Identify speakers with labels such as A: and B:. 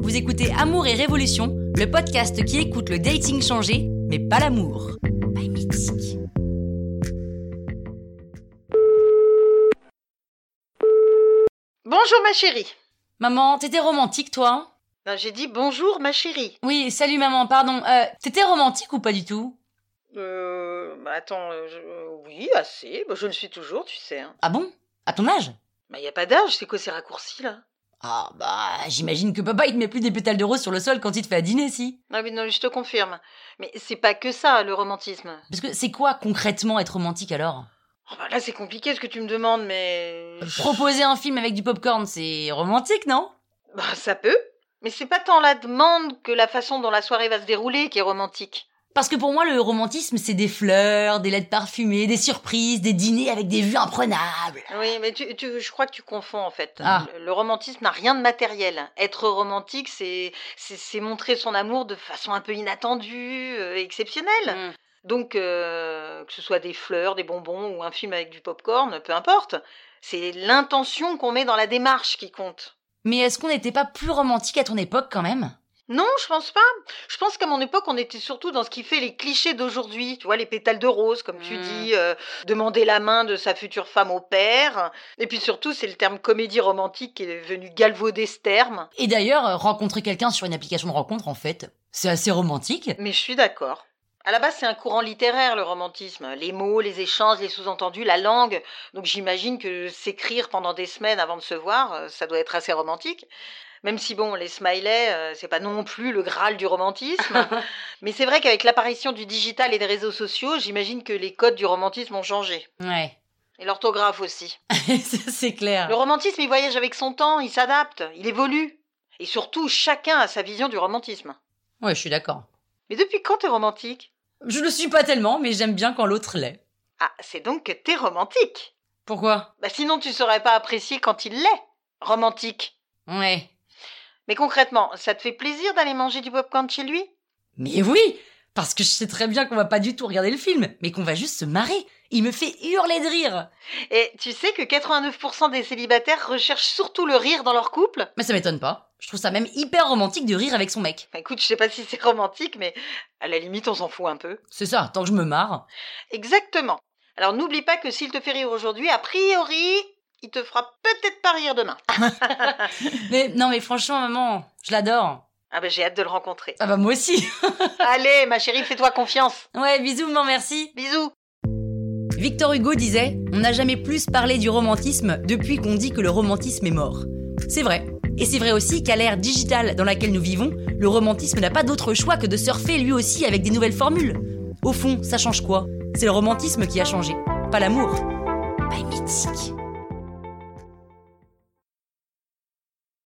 A: Vous écoutez Amour et Révolution, le podcast qui écoute le dating changé, mais pas l'amour. By Mexique.
B: Bonjour ma chérie.
A: Maman, t'étais romantique toi hein
B: Non, Ben, j'ai dit bonjour ma chérie.
A: Oui, salut maman, pardon. Euh, t'étais romantique ou pas du tout
B: Euh, bah, attends, euh, je- euh, oui, assez. Bah, je le suis toujours, tu sais. Hein.
A: Ah bon À ton âge
B: Bah, y a pas d'âge, c'est quoi ces raccourcis là
A: Ah bah, j'imagine que papa il te met plus des pétales de rose sur le sol quand il te fait à dîner, si.
B: Ah oui, non, je te confirme. Mais c'est pas que ça, le romantisme.
A: Parce que c'est quoi concrètement être romantique alors
B: Oh, bah, là, c'est compliqué ce que tu me demandes, mais
A: Proposer un film avec du popcorn, c'est romantique, non
B: bah, ça peut. Mais c'est pas tant la demande que la façon dont la soirée va se dérouler qui est romantique.
A: Parce que pour moi, le romantisme, c'est des fleurs, des lettres parfumées, des surprises, des dîners avec des vues imprenables.
B: Oui, mais tu, tu- je crois que tu confonds en fait.
A: Ah.
B: Le, le romantisme n'a rien de matériel. Être romantique, c'est c'est c'est montrer son amour de façon un peu inattendue, euh, exceptionnelle.
A: Mm.
B: Donc, euh, que ce soit des fleurs, des bonbons ou un film avec du popcorn, peu importe. C'est l'intention qu'on met dans la démarche qui compte.
A: Mais est-ce qu'on n'était pas plus romantique à ton époque quand même
B: Non, je pense pas. Je pense qu'à mon époque, on était surtout dans ce qui fait les clichés d'aujourd'hui. Tu vois, les pétales de rose, comme tu
A: Mm.
B: dis, euh, demander la main de sa future femme au père. Et puis surtout, c'est le terme comédie romantique qui est venu galvauder ce terme.
A: Et d'ailleurs, euh, rencontrer quelqu'un sur une application de rencontre, en fait, c'est assez romantique.
B: Mais je suis d'accord. À la base, c'est un courant littéraire, le romantisme. Les mots, les échanges, les sous-entendus, la langue. Donc j'imagine que s'écrire pendant des semaines avant de se voir, euh, ça doit être assez romantique. Même si, bon, les smileys, euh, c'est pas non plus le graal du romantisme. Mais c'est vrai qu'avec l'apparition du digital et des réseaux sociaux, j'imagine que les codes du romantisme ont changé.
A: Ouais,
B: Et l'orthographe aussi.
A: Ça, c'est clair.
B: Le romantisme, il voyage avec son temps, il s'adapte, il évolue. Et surtout, chacun a sa vision du romantisme.
A: Ouais, je suis d'accord.
B: Mais depuis quand t'es romantique
A: Je le suis pas tellement, mais j'aime bien quand l'autre l'est.
B: Ah, c'est donc que t'es romantique.
A: Pourquoi
B: Bah sinon tu saurais pas apprécier quand il l'est, romantique.
A: Ouais.
B: Mais concrètement, ça te fait plaisir d'aller manger du popcorn chez lui
A: Mais oui Parce que je sais très bien qu'on va pas du tout regarder le film, mais qu'on va juste se marrer. Il me fait hurler de rire.
B: Et tu sais que 89% des célibataires recherchent surtout le rire dans leur couple
A: Mais ça m'étonne pas. Je trouve ça même hyper romantique de rire avec son mec.
B: Bah écoute, je sais pas si c'est romantique, mais à la limite on s'en fout un peu.
A: C'est ça, tant que je me marre.
B: Exactement. Alors n'oublie pas que s'il te fait rire aujourd'hui, a priori, il te fera peut-être pas rire demain.
A: Mais non, mais franchement, maman, je l'adore.
B: Ah bah j'ai hâte de le rencontrer.
A: Ah bah moi aussi.
B: Allez, ma chérie, fais-toi confiance.
A: Ouais, bisous, maman, merci.
B: Bisous.
A: Victor Hugo disait On n'a jamais plus parlé du romantisme depuis qu'on dit que le romantisme est mort. C'est vrai. Et c'est vrai aussi qu'à l'ère digitale dans laquelle nous vivons, le romantisme n'a pas d'autre choix que de surfer lui aussi avec des nouvelles formules. Au fond, ça change quoi C'est le romantisme qui a changé, pas l'amour. Pas mythique.